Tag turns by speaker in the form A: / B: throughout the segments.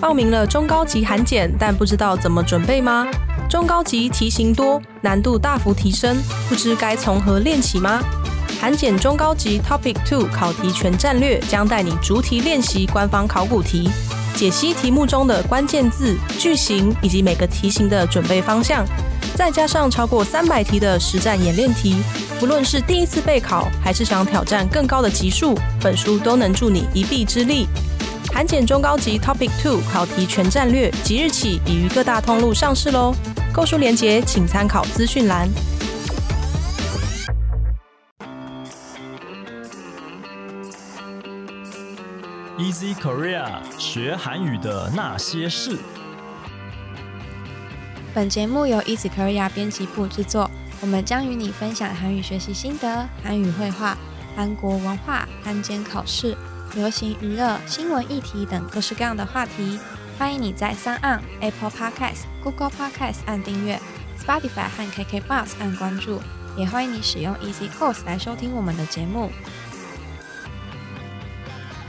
A: 报名了中高级韩检，但不知道怎么准备吗？中高级题型多，难度大幅提升，不知该从何练起吗？韩检中高级 Topic Two 考题全战略将带你逐题练习官方考古题，解析题目中的关键字、句型以及每个题型的准备方向，再加上超过三百题的实战演练题，不论是第一次备考，还是想挑战更高的级数，本书都能助你一臂之力。韩检中高级 Topic Two 考题全战略即日起已于各大通路上市喽，购书链接请参考资讯栏。
B: Easy Korea 学韩语的那些事。
C: 本节目由 Easy Korea 编辑部制作，我们将与你分享韩语学习心得、韩语绘画、韩国文化、汉检考试、流行娱乐、新闻议题等各式各样的话题。欢迎你在三岸 Apple Podcast、Google Podcast 按订阅，Spotify 和 KK Bus 按关注，也欢迎你使用 Easy Course 来收听我们的节目。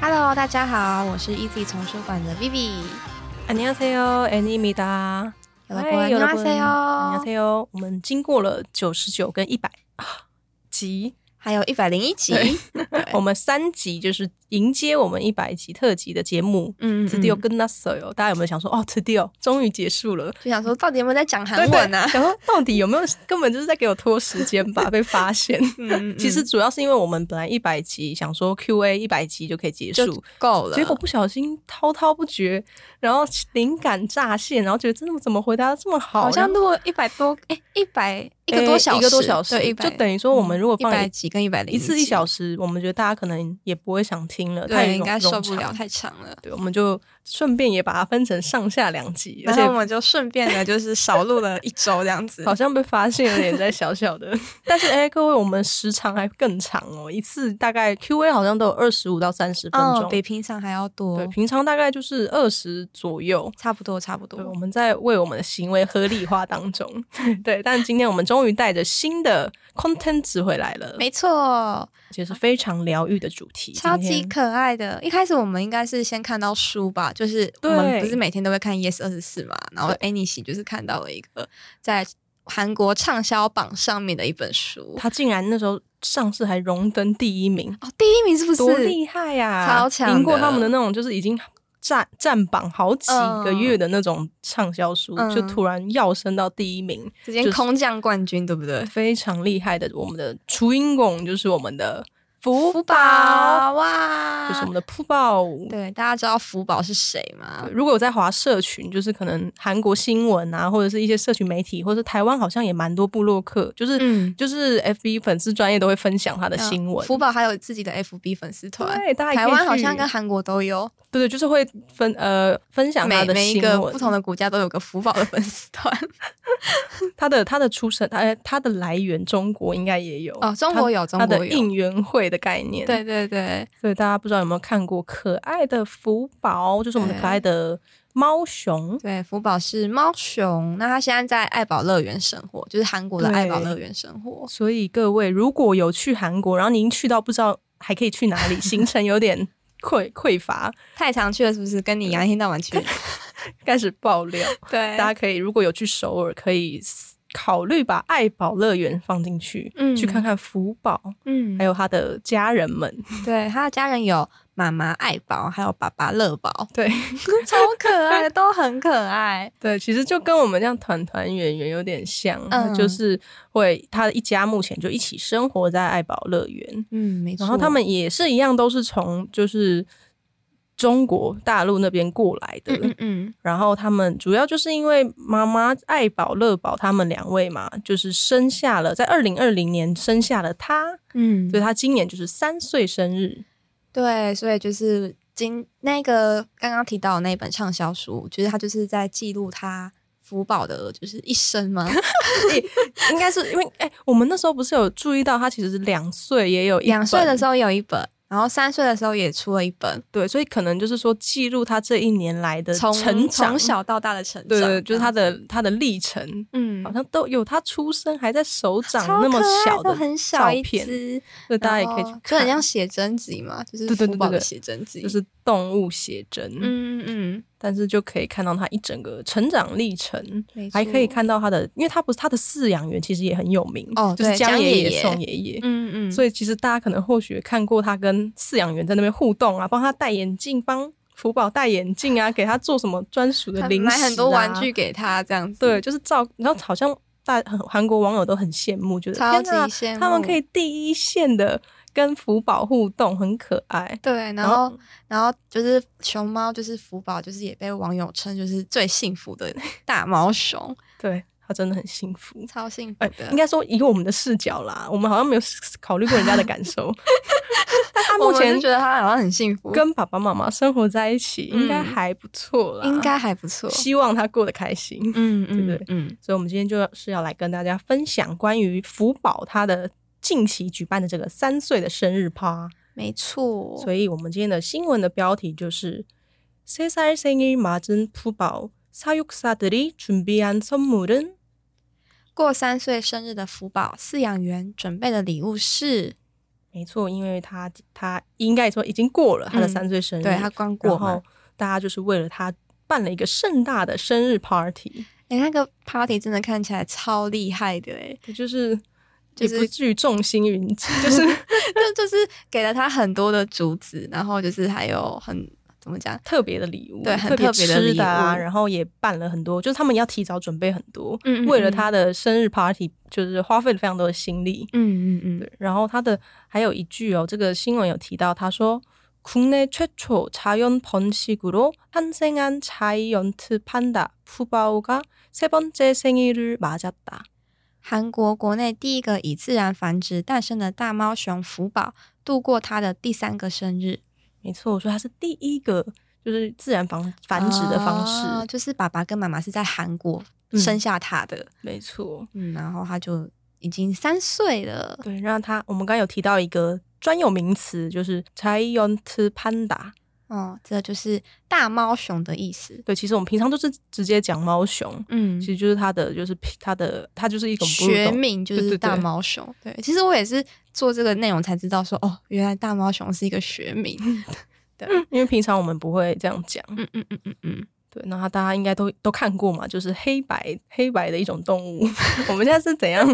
C: Hello，大家好，我是 Easy 丛书馆的 Vivi。
A: 안녕하세요，애니입니다。
C: 有了过来，有了
A: 안녕하세요。我们经过了九十九跟一百啊集，
C: 还有一百零一集，嗯
A: 我们三集就是迎接我们一百集特辑的节目。
C: 嗯，
A: 드디어끝났어요。大家有没有想说哦，드디어终于结束了？
C: 就想说到底有没有在讲
A: 对
C: 韩
A: 对
C: 文啊？
A: 想说到底有没有根本就是在给我拖时间 吧？被发现。
C: 嗯
A: 其实主要是因为我们本来一百集想说 Q&A 一百集就可以结
C: 就
A: 束，
C: 够了。
A: 结果不小心滔滔不绝，然后灵感乍现，然后觉得真的怎么回答得这么好，
C: 好像
A: 然后
C: 录了一百多，哎，一百一个
A: 诶
C: 多小时，
A: 一个多小时，
C: 对，一百
A: 就等于说我们如果
C: 一
A: 放
C: 百集跟一百零
A: 一次一小
C: 时，
A: 时，我们觉得大家可能也不会想听了，太
C: 对，应
A: 冗
C: 该受不。
A: 冗
C: 了，
A: 长
C: 太长了。
A: 对，我们就顺便也把它分成上下两集，而
C: 然
A: 且
C: 后我们就顺便的，就是少录了一周这样子。
A: 好像被发现有点在小小的， 但是哎、诶各位，我们时长还更长哦，一次大概 Q&A 好像都有二十五到三十分
C: 哦
A: 钟，，
C: 比平常还要多
A: 对，，平常大概就是二十左右。
C: 哦差不多，差不
A: 对，我
C: 多。
A: 们在为我们的行为合理化当 中，对，但今天我们终于带着新的 content 值回来了，
C: 没错，
A: 而且是非常疗愈的主题，
C: 超
A: 今
C: 级
A: 天
C: 可爱的。一开始我们应该是先看到书吧，就是我
A: 对
C: 们不是每天都会看 Yes 二十四嘛，然后 Annie 就是看到了一个在韩国畅销榜上面的一本书，
A: 他竟然那时候上市还荣登第一名，
C: 哦，第一名 是不是？
A: 多厉害呀、
C: 超强的
A: 赢过他们的那种就是已经占占榜好几个月的那种畅销书，
C: 嗯
A: 就突然跃升到第一名，
C: 直接空降冠军，对不对？
A: 非常厉害的。我们的雏鹰拱就是我们的福
C: 福
A: 宝，
C: 宝哇！
A: 就是我们的福宝。
C: 啊对，大家知道福宝是谁吗
A: 对？如果有在华社群，就是可能韩国新闻啊，或者是一些社群媒体，或者是台湾好像也蛮多部落客，就是、
C: 嗯
A: 就是 FB 粉丝专业都会分享他的新闻。
C: 福宝还有自己的 FB 粉丝团，
A: 对，啊大家也可以
C: 台湾好
A: 去
C: 像跟韩国都有，
A: 对对，就是会分呃分享他
C: 每
A: 的
C: 每一
A: 新
C: 个
A: 闻，
C: 不同的国家都有个福宝的粉丝 团。
A: 他的他的出身，他呃他的来源中国应该也有
C: 哦中国有
A: 他他
C: 中国
A: 的
C: 有
A: 应援会的概念。
C: 对，对对，
A: 所以大家不知道有没有看过可爱的福宝，就是我们的
C: 对
A: 可爱的猫熊。
C: 对，福宝是猫熊，那他现在在爱宝乐园生活，就是韩国的
A: 对
C: 爱宝乐园生活。
A: 所以各位如果有去韩国，然后您去到不知道还可以去哪里，行程有点匮匮乏，
C: 太常去了，是不是？跟你一样一天到晚去。
A: 开始爆料。
C: 对
A: 大家可以如果有去首尔，可以考虑把爱宝乐园放进去，
C: 嗯
A: 去看看福宝，
C: 嗯，
A: 还有他的家人们。
C: 对他的家人有妈妈爱宝，还有爸爸乐 宝，
A: 对
C: 超可爱的，都很可爱。
A: 对，其实就跟我们这样团团圆圆有点像，
C: 嗯
A: 就是会他一家目前就一起生活在爱宝乐园，
C: 嗯，没错。
A: 然后他们也是一样，都是从就是中国大陆那边过来的。
C: 嗯嗯嗯，
A: 然后他们主要就是因为妈妈爱宝、乐宝他们两位嘛，就是生下了，在二零二零年生下了他，
C: 嗯
A: 所以他今年就是三岁生日。
C: 对，所以就是今那个刚刚提到的那一本畅销书，就是他就是在记录他福宝的，就是一生 嘛，
A: 应该是因为哎、我们那时候不是有注意到他其实是两岁也有一
C: 两岁
A: 本
C: 的时候有一本，然后三岁的时候也出了一本，
A: 对，所以可能就是说记录他这一年来的
C: 从
A: 成长，
C: 从小到大的成
A: 对
C: 长，
A: 对，就是他
C: 这样
A: 的他的历程，
C: 嗯
A: 好。像都有他出生还在手掌
C: 超
A: 那么
C: 可爱
A: 小
C: 的
A: 的
C: 很哦小
A: 照
C: 一
A: 片，
C: 只，
A: 所以大家也
C: 然
A: 可以去
C: 后
A: 看，
C: 就很像写真集嘛，就是
A: 对对对
C: 福宝
A: 对
C: 的
A: 对
C: 写真集，
A: 就是动物写真，
C: 嗯嗯嗯，
A: 但是就可以看到他一整个成长历程，
C: 没错
A: 还可以，看到他的，因为他不是他的饲养员其实也很有名
C: 哦
A: 就是
C: 对
A: 江
C: 江
A: 爷
C: 爷爷
A: 宋爷爷。
C: 嗯嗯，
A: 所
C: 以
A: 以其实大家可能或许也看过他跟饲养员在那边互动啊，帮他戴眼镜，帮福宝戴眼镜啊，给他做什么专属的零食、啊
C: 买很多玩具，给他这样子，
A: 对，，就是照，然后好像大很韩国网友都很羡慕，觉得
C: 超级
A: 天哪
C: 羡慕，
A: 他们可以第一线的跟福宝互动，很可爱。
C: 对，然
A: 然后
C: 后然后就是熊猫，就是福宝，就是也被网友称就是最幸福的大毛 熊，
A: 对他真的很幸福。
C: 超幸福
A: 哎、
C: 的。
A: 应该说以我们的视角啦，我们好像没有考虑过人家的感 受。但他
C: 我
A: 目
C: 们
A: 前
C: 就觉得它好像很幸福，
A: 跟爸爸妈妈生活在一起，应该还不错啦。
C: 应该还不错。
A: 希望他过得开心。
C: 嗯
A: 对不
C: 嗯，
A: 所以，我们今天就是要来跟大家分享关于福宝他的近期举办的这个三岁的生日趴。
C: 没错。
A: 所以我们今天的新闻的标题就是“세살생일맞은푸바사육사들이준비한선물은
C: 过三岁生日的福宝饲养员准备的礼物是，”。
A: 没错，因为他他应该说已经过了他的
C: 嗯
A: 三岁生日，
C: 对他刚过
A: 然
C: 嘛
A: 后。大家就是为了他办了一个盛大的生日 party，
C: 哎、那个 party 真的看起来超厉害的哎，
A: 就是。
C: 就
A: 也
C: 是
A: 不至于众星云 集，就是
C: 就就是给了他很多的竹子，然后就是还有很怎么讲，
A: 特别的礼物，
C: 对很
A: 特别
C: 特别的礼物
A: 吃的啊，然后也办了很多，就是他们要提早准备很多，
C: 嗯嗯
A: 为了
C: 嗯
A: 他的生日 party，就是花费了非常多的心力。
C: 嗯嗯嗯，
A: 然后他的还有一句哦，这个新闻有提到，他说。국내최초자연번식으로탄생한 자이언트 판다 푸바오가 세 번째 생일을 맞았다.
C: 韩国国内第一个以自然繁殖诞生的大猫熊福宝度过它的第三个生日，
A: 没错，我说它是第一个就是自然繁繁殖的方式。
C: 哦就是爸爸跟妈妈是在韩国
A: 嗯
C: 生下它的，
A: 没错，
C: 嗯，然后它就已经三岁了，
A: 对，让它我们刚刚有提到一个专有名词，就是 giant panda。
C: 哦，这就是大猫熊的意思。
A: 对，其实我们平常都是直接讲猫熊，
C: 嗯
A: 其实就是它的就是它的它就是一种哺乳
C: 学
A: 动物
C: 名就
A: 对
C: 是
A: 对
C: 大
A: 对
C: 猫熊。对其实我也是做这个内容才知道说，哦，原来大猫熊是一个学名。对，
A: 因为平常我们不会这样讲。
C: 嗯嗯嗯嗯嗯，
A: 对，然后大家应该都都看过嘛，就是黑白黑白的一种动物。 我们现在是怎样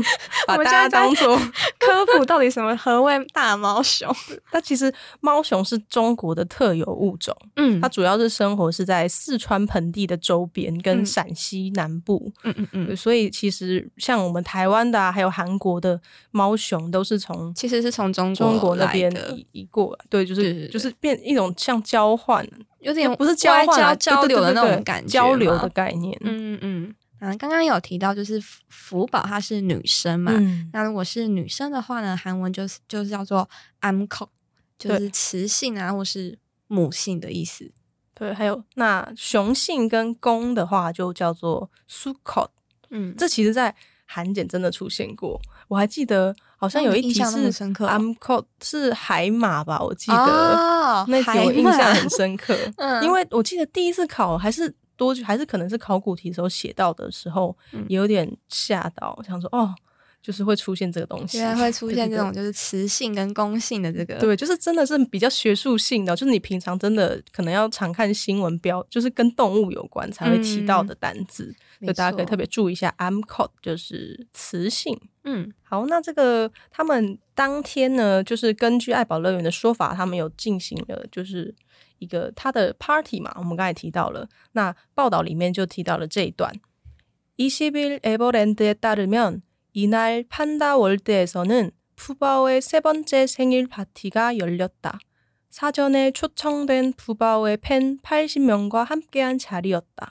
A: 把 大
C: 我们
A: 家
C: 现在在
A: 当做？
C: 科普到底什么何谓大猫熊？
A: 但其实猫熊是中国的特有物种，
C: 嗯
A: 它主要是生活是在四川盆地的周边
C: 嗯
A: 跟陕西南部，
C: 嗯嗯
A: 对
C: 嗯，
A: 所以其实像我们台湾的、啊、还有韩国的猫熊都是从
C: 其实是从中国
A: 中国那
C: 来
A: 边
C: 的
A: 移移过来，对，就是
C: 对对对
A: 就是变一种像交换，啊
C: 有点
A: 不是交换、啊、
C: 外交交
A: 对对
C: 流
A: 对
C: 的
A: 对
C: 那
A: 对
C: 种感觉，
A: 交流的。概念，
C: 嗯嗯嗯。啊，刚刚有提到就是福福宝她是女生嘛，
A: 嗯，
C: 那如果是女生的话呢，韩文就是就是叫做 amco，就
A: 对
C: 是雌性啊或是母性的意思。
A: 对，还有那雄性跟公的话就叫做 sukot，
C: 嗯，
A: 这其实在韩检真的出现过，我还记得好像
C: 哦
A: 有一
C: 你印
A: 题
C: 象那么
A: 是
C: 深刻哦
A: amcot 是海马吧，我记得、
C: 哦
A: 那题我
C: 海
A: 印
C: 马
A: 象很深刻，
C: 嗯
A: 因为我记得第一次考还是多久，还是可能是考古题的时候写到的时候，
C: 嗯
A: 也有点吓到，想说哦，就是会出现这个东西，
C: 原来会出现这种
A: 对。
C: 就是雌性跟公性的这个，
A: 对对，对就是真的是比较学术性的，就是你平常真的可能要常看新闻标，就是跟动物有关才会提
C: 嗯
A: 到的单字，
C: 没
A: 所以大家可以
C: 错
A: 特别注意一下 amcot，就是雌性。
C: 嗯
A: 好，那这个他们当天呢，就是根据爱宝乐园的说法，他们有进行了就是一个他的 party 嘛，我们刚才提到了。那报道里面就提到了这一段。21일 에버랜드에 따르면 이날 판다 월드에서는 푸바오의 세 번째 생일 파티가 열렸다. 사전에 초청된 푸바오의 팬 80명과 함께한 자리였다.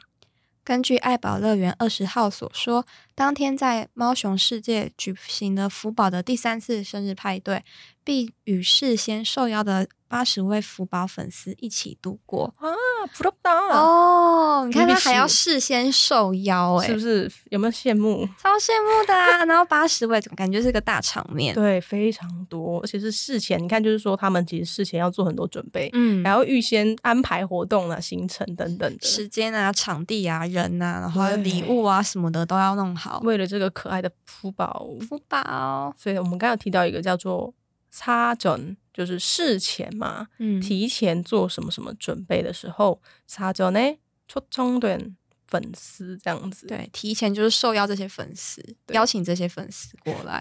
C: 根据爱宝乐园二十号所说，当天在猫熊世界举行了福宝的第三次生日派对，并与事先受邀的八十位福宝粉丝一起度过。
A: 아, 부럽다.
C: 哦，你看他
A: 米比
C: 还要
A: 是
C: 事先受邀、欸，
A: 是不是有没有羡慕？
C: 超羡慕的啊！然后八十位，感觉是个大场面。
A: 对，非常多，而且是事前。你看，就是说他们其实事前要做很多准备，
C: 嗯，
A: 然后预先安排活动啊、行程等等的，
C: 时间啊、场地啊、人啊，然后还有
A: 对
C: 礼物啊什么的都要弄好。
A: 为了这个可爱的福宝。
C: 福宝
A: 所以我们刚刚有提到一个叫做擦전就是事前嘛，
C: 嗯，
A: 提前做什么什么准备的时候，擦전에초청된粉丝这样子。，
C: 对，提前就是受邀这些粉丝，
A: 对
C: 邀请这些粉丝过来。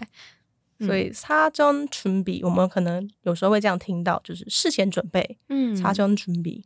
C: 嗯
A: 所以擦전준비，我们可能有时候会这样听到，就是事前准备，
C: 嗯
A: 擦전준비，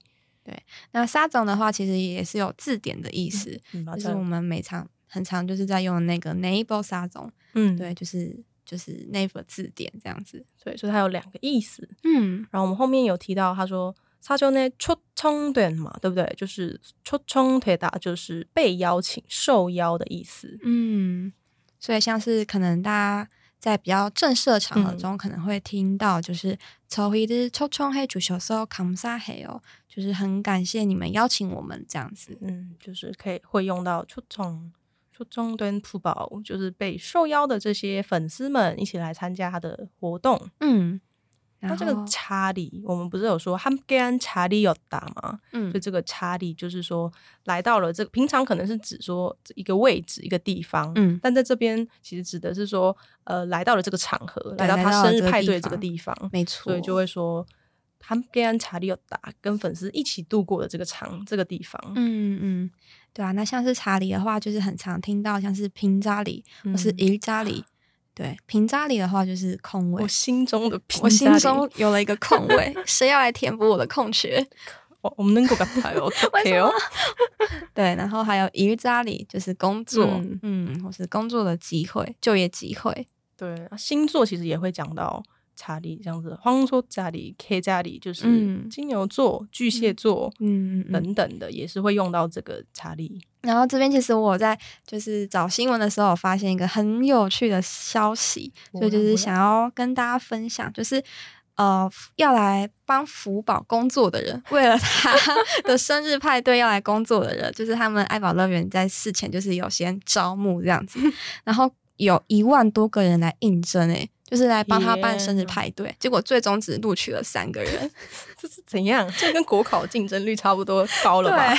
C: 那沙总的话，其实也是有字典的意思，
A: 嗯，
C: 就是我们每常很常就是在用的那个 Naval 沙总，
A: 嗯，对
C: 对，就是就是 Naval 字典这样子。
A: 对，所以它有两个意思。
C: 嗯，
A: 然后我们后面有提到，他说擦전에초청된嘛，对不对？就是초청되다，就是被邀请、受邀的意思。
C: 嗯，所以像是可能大家在比较正式的场合
A: 嗯
C: 中，可能会听到就是“抽一日抽冲黑主手手康萨黑哦”，就是很感谢你们邀请我们这样子。
A: 嗯，就是可以会用到초청、초청된福宝，就是被受邀的这些粉丝们一起来参加他的活动。
C: 嗯，
A: 那
C: 然
A: 这个
C: 后
A: 查理，我们不是有说함께한查理有打吗？
C: 嗯
A: 就这个查理，就是说来到了这个平常可能是指说一个位置、一个地方，
C: 嗯
A: 但在这边其实指的是说，呃，来到了这个场合，来到
C: 来
A: 他
C: 到了
A: 生日
C: 这个
A: 派
C: 地
A: 对这个
C: 方
A: 地方，
C: 没错，
A: 所以就会说他们跟查理有达跟粉丝一起度过的这个场这个地方，
C: 嗯嗯，对啊。那像是查理的话，就是很常听到像是平扎里或是
A: 嗯
C: 伊扎里，对，平扎里的话就是空位
A: 我。心中的
C: 我
A: 我
C: 心中有了一个空 位，谁要来填补我的空缺？
A: 我我们能够跟他有
C: 为什么
A: OK 哦
C: 对，然后还有一日扎里，就是工作，
A: 嗯
C: 嗯或是工作的机会、就业机会，
A: 对啊星座其实也会讲到查理这样子，荒说查理 K 查理就是
C: 嗯
A: 金牛座、巨蟹座。
C: 嗯嗯嗯。
A: 等等的也是会用到这个查理，
C: 然后这边其实我在就是找新闻的时候，我发现一个很有趣的消息，
A: 뭐야
C: 所以就
A: 뭐야
C: 是想要跟大家分享，就是。呃，要来帮福宝工作的人，为了 他的生日派对要来工作的人，就是他们爱宝乐园在事前就是有先招募 这样子，然后有一万多个人来应征，诶，就是来帮他办生日
A: 天哪
C: 派对，结果最终只录取了三个人，
A: 这是怎样？这跟国考竞争率差不多高了吧？
C: 对，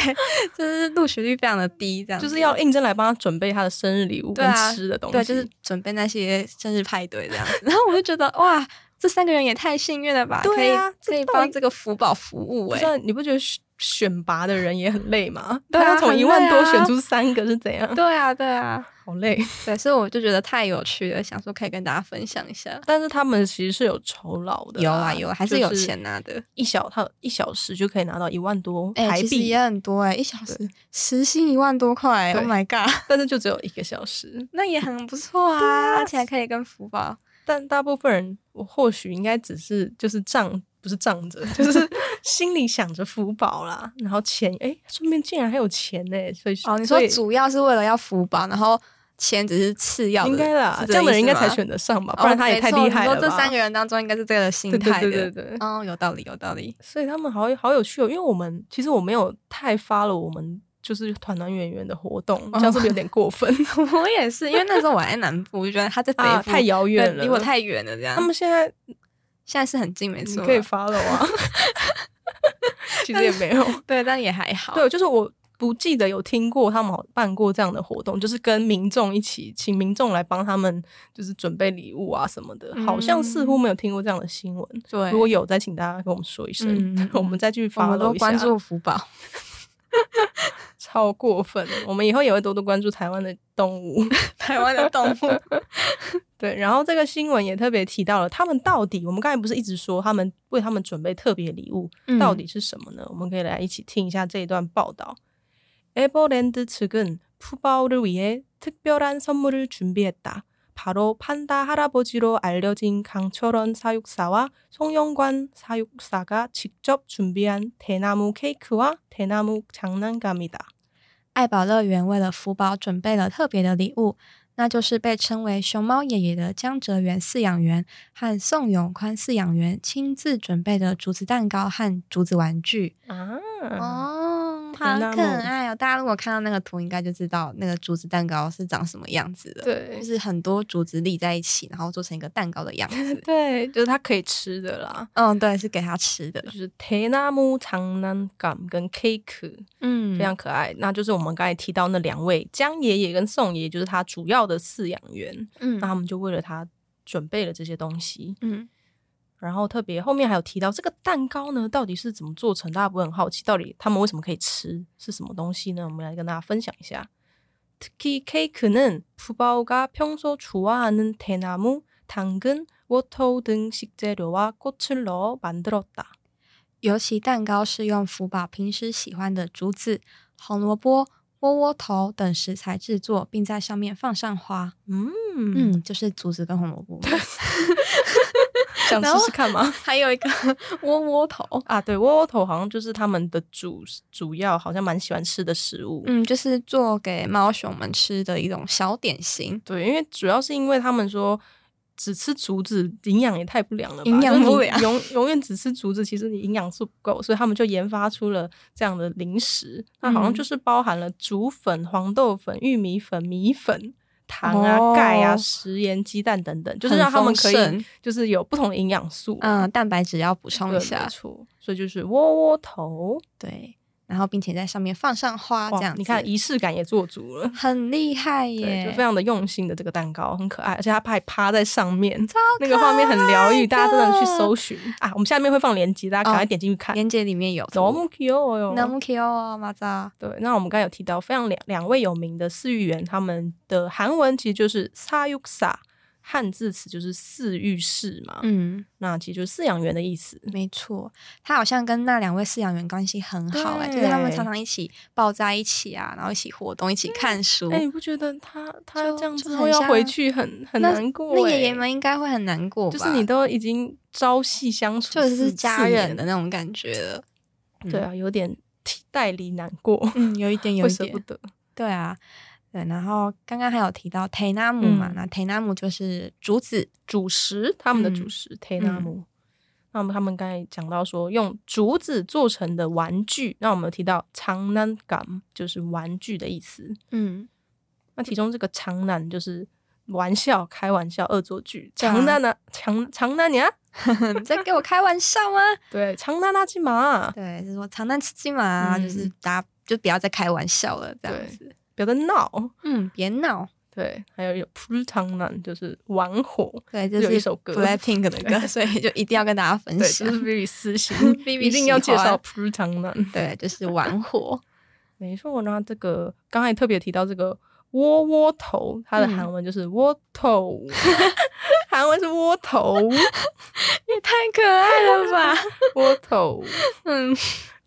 C: 就是录取率非常的低，这样子
A: 就是要应征来帮他准备他的生日礼物
C: 对
A: 跟
C: 啊
A: 吃的东西，
C: 对，就是准备那些生日派对这样子。 然后我就觉得哇，这三个人也太幸运了吧，
A: 对啊
C: 可以可以
A: 这到
C: 帮
A: 底
C: 这个福宝服务
A: 不
C: 哎、
A: 知道你不觉得选选拔的人也很累 吗？
C: 对啊
A: 他要从
C: 很
A: 一万
C: 累
A: 多
C: 啊
A: 选出三个是怎样？
C: 对啊，对啊，
A: 好累。
C: 对，所以我就觉得太有趣了，想说可以跟大家分享一下。
A: 但是他们其实是有酬劳的啦，
C: 有啊有啊还是
A: 就
C: 有钱拿的
A: 一小他一小时就可以拿到一万多
C: 哎、
A: 台
C: 其实
A: 币，
C: 也很多哎、一小时时薪一万多块、
A: 对
C: o h my god，
A: 但是就只有一个小时。
C: 那也很不 错啊，而且还可以跟福宝，
A: 但大部分人，我或许应该只是就是仗不是仗着，就是心里想着福宝啦，然后钱哎，顺便竟然还有钱呢、所以
C: 哦，你
A: 所
C: 说
A: 以
C: 主要是为了要福宝，然后钱只是次要的，
A: 应该啦，
C: 是
A: 这样的人
C: 意
A: 应
C: 思
A: 该才
C: 吗
A: 选得上吧，
C: 哦
A: 不然他也
C: 没
A: 太
C: 错
A: 厉害
C: 你
A: 了
C: 说
A: 吧。
C: 这三个人当中，应该是这个心
A: 对对
C: 态的。
A: 对对对
C: 哦，有道理，有道理。
A: 所以他们好有好有趣哦，因为我们其实我没有太发了我们就是团团圆圆的活动，这样是不是有
C: 哦
A: 点过分
C: 我也是，因为那时候我还在南部，我就觉得他在北部、
A: 啊？太遥
C: 对
A: 远了，
C: 离我太远了。这样，
A: 他们现 在
C: 现在是很近，没
A: 你
C: 错啊。
A: 可以发了 啊，其实也没有，
C: 对，但也还好。
A: 对，就是我。不记得有听过他们好办过这样的活动，就是跟民众一起，请民众来帮他们就是准备礼物啊什么的，好像似
C: 嗯
A: 乎没有听过这样的新闻。
C: 对，
A: 如果有，再请大家跟我们说一声，
C: 嗯嗯
A: 我们再去
C: 我
A: 发
C: 们
A: 了
C: 都
A: 一下。
C: 关注福宝。
A: 超过分！我们以后也会多多关注台湾的动物。
C: 台湾的动物，
A: 对，然后这个新闻也特别提到了，他们到底，我们刚才不是一直说他们为他们准备特别礼物，
C: 嗯
A: 到底是什么呢？我们可以来一起听一下这一段报道。에버랜드 측은 푸바오를 위해 특별한 선물을 준비했다. 바로 판다 할아버지로 알려진 강철원 사육사와 송영관 사육사가 직접 준비한 대나무 케이크와 대나무 장난감이다.
C: 爱宝乐园为了福宝准备了特别的礼物，那就是被称为“熊猫爷爷”的江哲元饲养员和宋永宽饲养员亲自准备的竹子蛋糕和竹子玩具。
A: 啊，
C: 아. 哦，好
A: 田纳
C: 可
A: 木
C: 爱哦！大家如果看到那个图，应该就知道那个竹子蛋糕是长什么样子的。，
A: 对
C: 就是很多竹子立在一起，然后做成一个蛋糕的样子。
A: 对，就是它可以吃的啦，
C: 嗯，对，是给它吃的
A: 就。是 Tenamu 长南港跟 Cake
C: 嗯
A: 非常可爱。那就是我们刚才提到那两位江爷爷跟宋爷爷，就是他主要的饲养员，
C: 嗯
A: 那他们就为了他准备了这些东西。
C: 嗯
A: 然后特别后面还有提到这个蛋糕呢，到底是怎么做成？大家不会很好奇，到底他们为什么可以吃，是什么东西呢？我们来跟大家分享一下。특히케이크는푸바오가평소좋아하는대나무당근워터등식재료와꽃을넣어만들었다。
C: 尤其蛋糕是用福宝平时喜欢的竹子、红萝卜、窝窝头等食材制作，并在上面放上花。
A: 嗯，
C: 嗯，就是竹子跟红萝 卜嘛。
A: 想试试看吗？
C: 还有一个窝窝头，
A: 啊，对，窝窝头好像就是他们的主主要，好像蛮喜欢吃的食物。
C: 嗯，就是做给猫熊们吃的一种小点心。
A: 对，因为主要是因为他们说只吃竹子，营养也太不良了吧？
C: 营养
A: 就是
C: 不
A: 你
C: 良
A: 永永远只吃竹子，其实你营养素不够，所以他们就研发出了这样的零食。那好像
C: 嗯
A: 就是包含了竹粉、黄豆粉、玉米粉、米粉。糖啊、
C: 哦
A: 钙啊、食盐、鸡蛋等等，就是
C: 很
A: 让他们
C: 丰
A: 可以
C: 盛
A: 就是有不同的营养素。
C: 嗯，蛋白质要补充
A: 对，
C: 一
A: 没
C: 下，
A: 错。所以就是窝窝头，
C: 对，然后并且在上面放上花，啊这
A: 哇，
C: 样
A: 你看
C: 子
A: 仪式感也做足了。
C: 很厉害
A: 对，
C: 耶，
A: 就非常的用心的这个蛋糕，很可爱，而且它还趴在上面，那个画面很疗愈，大家真的去搜寻啊！我们下面会放链接，大家赶快点进去看。
C: 哦连接里面有
A: 너무귀여워요
C: 那木 Q 哦，马扎，
A: 对，那我们刚才有提到非常两两位有名的饲育员，他们的韩文其实就是사육사，汉字词就是饲育士嘛，
C: 嗯，
A: 那其实就是饲养员的意思。
C: 没错，他好像跟那两位饲养员关系很好哎、
A: 对
C: 就是他们常常一起抱在一起啊，然后一起活动，一起看书。
A: 哎、你不觉得他他
C: 哦就
A: 这样
C: 就
A: 之
C: 很
A: 后要
C: 像
A: 回去很很
C: 那
A: 难过、
C: 那
A: 哎
C: 爷爷们应该会很难过吧？
A: 就是你都已经朝夕相处
C: 就
A: 四，
C: 是家
A: 四年
C: 人的那种感觉了。嗯
A: 对啊，有点替代理难过，
C: 嗯，有 一点，有
A: 会
C: 一
A: 舍
C: 点
A: 不，得。
C: 对啊，对。然后刚刚还有提到 t e n a m 嘛
A: 嗯，
C: 那 t e n a m 就是竹子，
A: 主食，他们的主
C: 嗯
A: 食 t e n a m 那么他们刚才讲到说，用竹子做成的玩具，那我们有提到长南感就是玩具的意思。
C: 嗯，
A: 那其中这个长南就是玩笑、开玩笑、恶作剧。
C: 对啊
A: 长南呢？长长南呀？嗯
C: 你在跟我开玩笑吗？
A: 对，长啊南那吉嘛，
C: 对，就是说长难吃鸡嘛，
A: 嗯
C: 就是大家就不要再开玩笑了，这
A: 对
C: 样子。
A: 不要在闹。
C: 嗯，别闹。
A: 对，还有有 p u 长南就是玩火。
C: 对，这
A: 有
C: 是
A: 一首歌
C: Blackpink 的歌，所以就一定要跟大家分
A: 对，就
C: 享
A: 是。Vivi 私心
C: Vivi
A: 一定要介
C: 喜
A: 绍
C: 欢
A: p u 长南。
C: 对，就是 玩火。
A: 没错，那这个刚才特别提到这个窝窝头，它的
C: 嗯
A: 韩文就是窝头， 韩文是窝头，
C: 也太可爱了吧！
A: 窝头，
C: 嗯，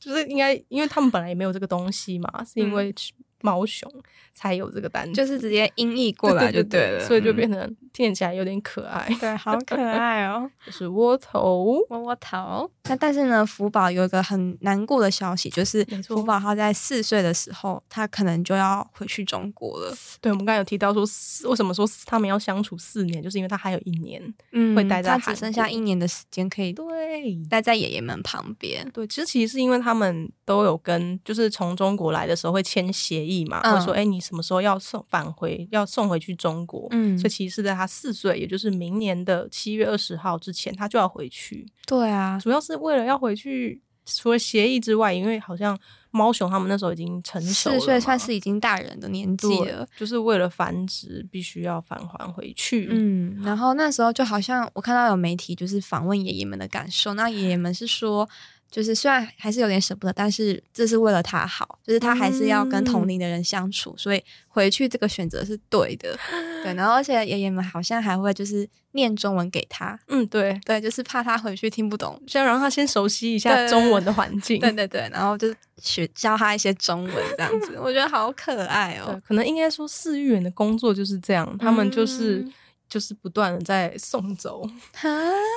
A: 就是应该因为他们本来也没有这个东西嘛，是因为毛熊才有这个单词，
C: 嗯就是直接音译过来就
A: 对
C: 了，
A: 所以就变
C: 嗯
A: 成听起来有点可爱，
C: 对，好可爱哦。
A: 就是窝头。
C: 窝窝头。那但是呢，福宝有一个很难过的消息，就是
A: 没错
C: 福宝他在四岁的时候，他可能就要回去中国了，
A: 对，我们刚才有提到说四，为什么说四他们要相处四年，就是因为他还有一年。
C: 嗯
A: 会待在
C: 他
A: 韩
C: 只剩下
A: 国
C: 一年的时间可以
A: 对，
C: 待在爷爷们旁边。
A: 对，其实其实是因为他们都有跟，就是从中国来的时候会签协议嘛，
C: 嗯
A: 会说，哎、你什么时候要送返回，要送回去中国。
C: 嗯
A: 所以其实是在他四岁，也就是明年的七月二十号之前，他就要回去。
C: 对啊，
A: 主要是为了要回去，除了协议之外，因为好像猫熊他们那时候已经成熟了
C: 四
A: 嘛，
C: 岁算是已经大人的年纪
A: 对
C: 了。，
A: 就是为了繁殖，必须要返还回去。
C: 嗯，然后那时候就好像我看到有媒体就是访问爷爷们的感受，那爷爷们是说，就是虽然还是有点舍不得，但是这是为了他好，就是他还是要跟同龄的人相处，所以回去这个选择是对的，对。然后而且爷爷们好像还会就是念中文给他，
A: 嗯，对，
C: 对，就是怕他回去听不懂，
A: 先让他先熟悉一下
C: 对
A: 中文的环境。
C: 对对对，然后就学教他一些中文这样子，我觉得好可爱
A: 对
C: 哦，，
A: 可能应该说饲育员的工作就是这样，他们就是、
C: 嗯
A: 就是不断的在送走，
C: 哈，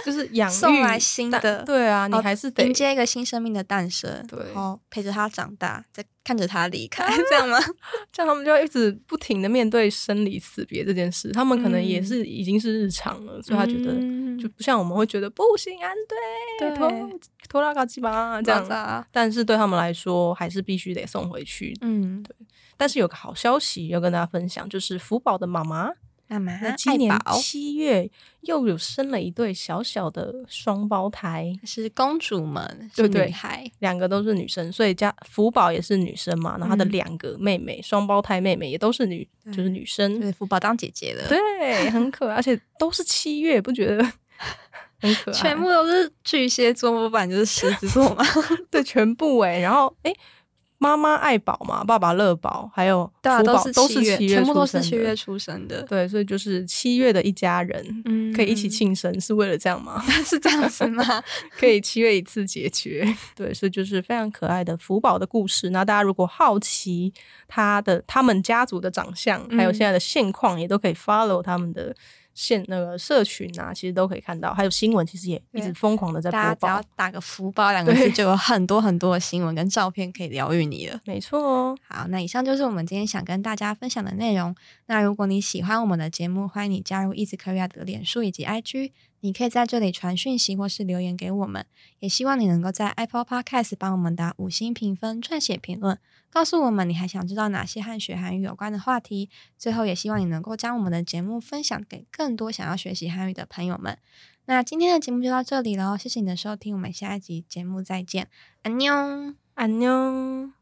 A: 就是 养育
C: 送来新的
A: 但对啊，你
C: 哦
A: 还是得、
C: 迎接一个新生命的诞生，
A: 对
C: 然后陪着他长大，再看着他离开，这样吗？
A: 这样，他们就要一直不停的面对生离死别这件事，他们可能也
C: 嗯
A: 是已经是日常了，所以他觉得。
C: 嗯
A: 就不像我们会觉得不行，安对，
C: 对
A: 拖拖拉嘎鸡巴这
C: 这样
A: 样
C: 子，啊，
A: 但是对他们来说还是必须得送回去。
C: 嗯，
A: 但是有个好消息要跟大家分享，就是福宝的妈妈
C: 那么
A: 那
C: 爱
A: 今年
C: 宝
A: 七月又有生了一对小小的双胞胎，
C: 是公主们，
A: 对
C: 是
A: 对
C: 女孩，
A: 两个都是女生，所以家福宝也是女生嘛，然后她的两个妹妹，双、胞胎妹妹也都是女，
C: 嗯对
A: 就是女
C: 就
A: 生，
C: 是福宝当姐姐了，
A: 对，很可爱，而且都是七月，不觉得 很可爱，
C: 全部都是巨蟹座，模板就是狮子座嘛。
A: 对全部哎、然后哎，妈妈爱宝嘛，爸爸乐宝，还有福
C: 对啊，
A: 宝
C: 都是
A: 都
C: 七
A: 月，
C: 全部都
A: 出
C: 是
A: 生
C: 七
A: 的
C: 月出生的，
A: 对，所以就是七月的一家人，
C: 嗯
A: 可以一起庆生，是为了这样吗？
C: 是这样子吗？
A: 可以七月一次解决， 对，所以就是非常可爱的福宝的故事。那大家如果好奇他的他们家族的长相，还有
C: 嗯
A: 现在的现况，也都可以 follow 他们的现那个社群啊，其实都可以看到，还有新闻，其实也一
C: 对
A: 直疯狂的在
C: 大家
A: 播
C: 只要
A: 报，
C: 打个“福报”两个字，
A: 对
C: 就有很多很多的新闻跟照片可以疗愈你了。
A: 没错哦。
C: 好，那以上就是我们今天想跟大家分享的内容。那如果你喜欢我们的节目，欢迎你加入 Easy Korea 的脸书以及 IG，你可以在这里传讯息或是留言给我们。也希望你能够在 Apple Podcast 帮我们打五星评分、撰写评论，告诉我们你还想知道哪些和学韩语有关的话题。最后，也希望你能够将我们的节目分享给更多想要学习韩语的朋友们。那今天的节目就到这里喽，谢谢你的收听，我们下一集节目再见，安妞。
A: 安妞。